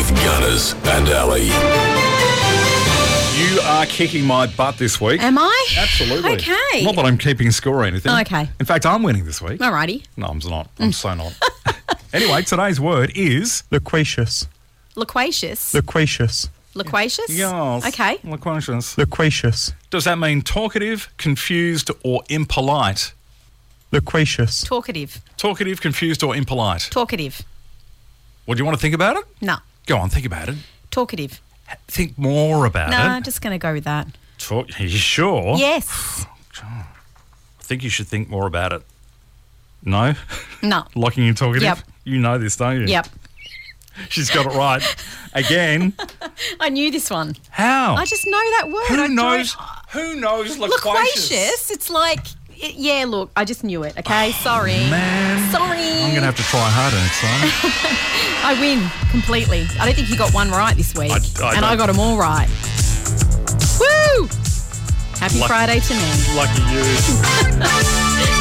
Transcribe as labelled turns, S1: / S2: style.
S1: Maz and Ali.
S2: You are kicking my butt this week.
S3: Am I?
S2: Absolutely.
S3: Okay. Oh,
S2: Not that I'm keeping score or anything.
S3: Okay.
S2: In fact, I'm winning this week.
S3: Alrighty.
S2: No, I'm not. I'm so not. anyway, today's word is
S4: Loquacious.
S3: Loquacious.
S4: Loquacious.
S3: Loquacious?
S2: yes.
S3: Okay.
S2: Loquacious.
S4: Loquacious.
S2: Does that mean talkative, confused, or impolite?
S4: Loquacious.
S3: Talkative.
S2: Talkative, confused, or impolite?
S3: Talkative.
S2: Well, do you want to think about it?
S3: No.
S2: Go on, think about it.
S3: Talkative.
S2: Think more about
S3: No,
S2: it.
S3: I'm just going to go with that.
S2: Talk. Are you sure?
S3: Yes.
S2: I think you should think more about it. No?
S3: No.
S2: Locking in talkative?
S3: Yep.
S2: You know this, don't you?
S3: Yep.
S2: She's got it right. Again.
S3: I knew this one.
S2: How?
S3: I just know that word. I
S2: Who
S3: don't-
S2: knows? Who knows? Loquacious.
S3: Loquacious. It's like, it, yeah, look, I just knew it. Okay. Sorry.
S2: Ah, Man.
S3: Sorry.
S2: I'm going to have to try harder next time.
S3: I win completely. I don't think you got one right this week.
S2: I- I
S3: and I
S2: don't-
S3: got them all right. Woo! Happy
S2: Lucky-
S3: Friday to me.
S2: Lucky you.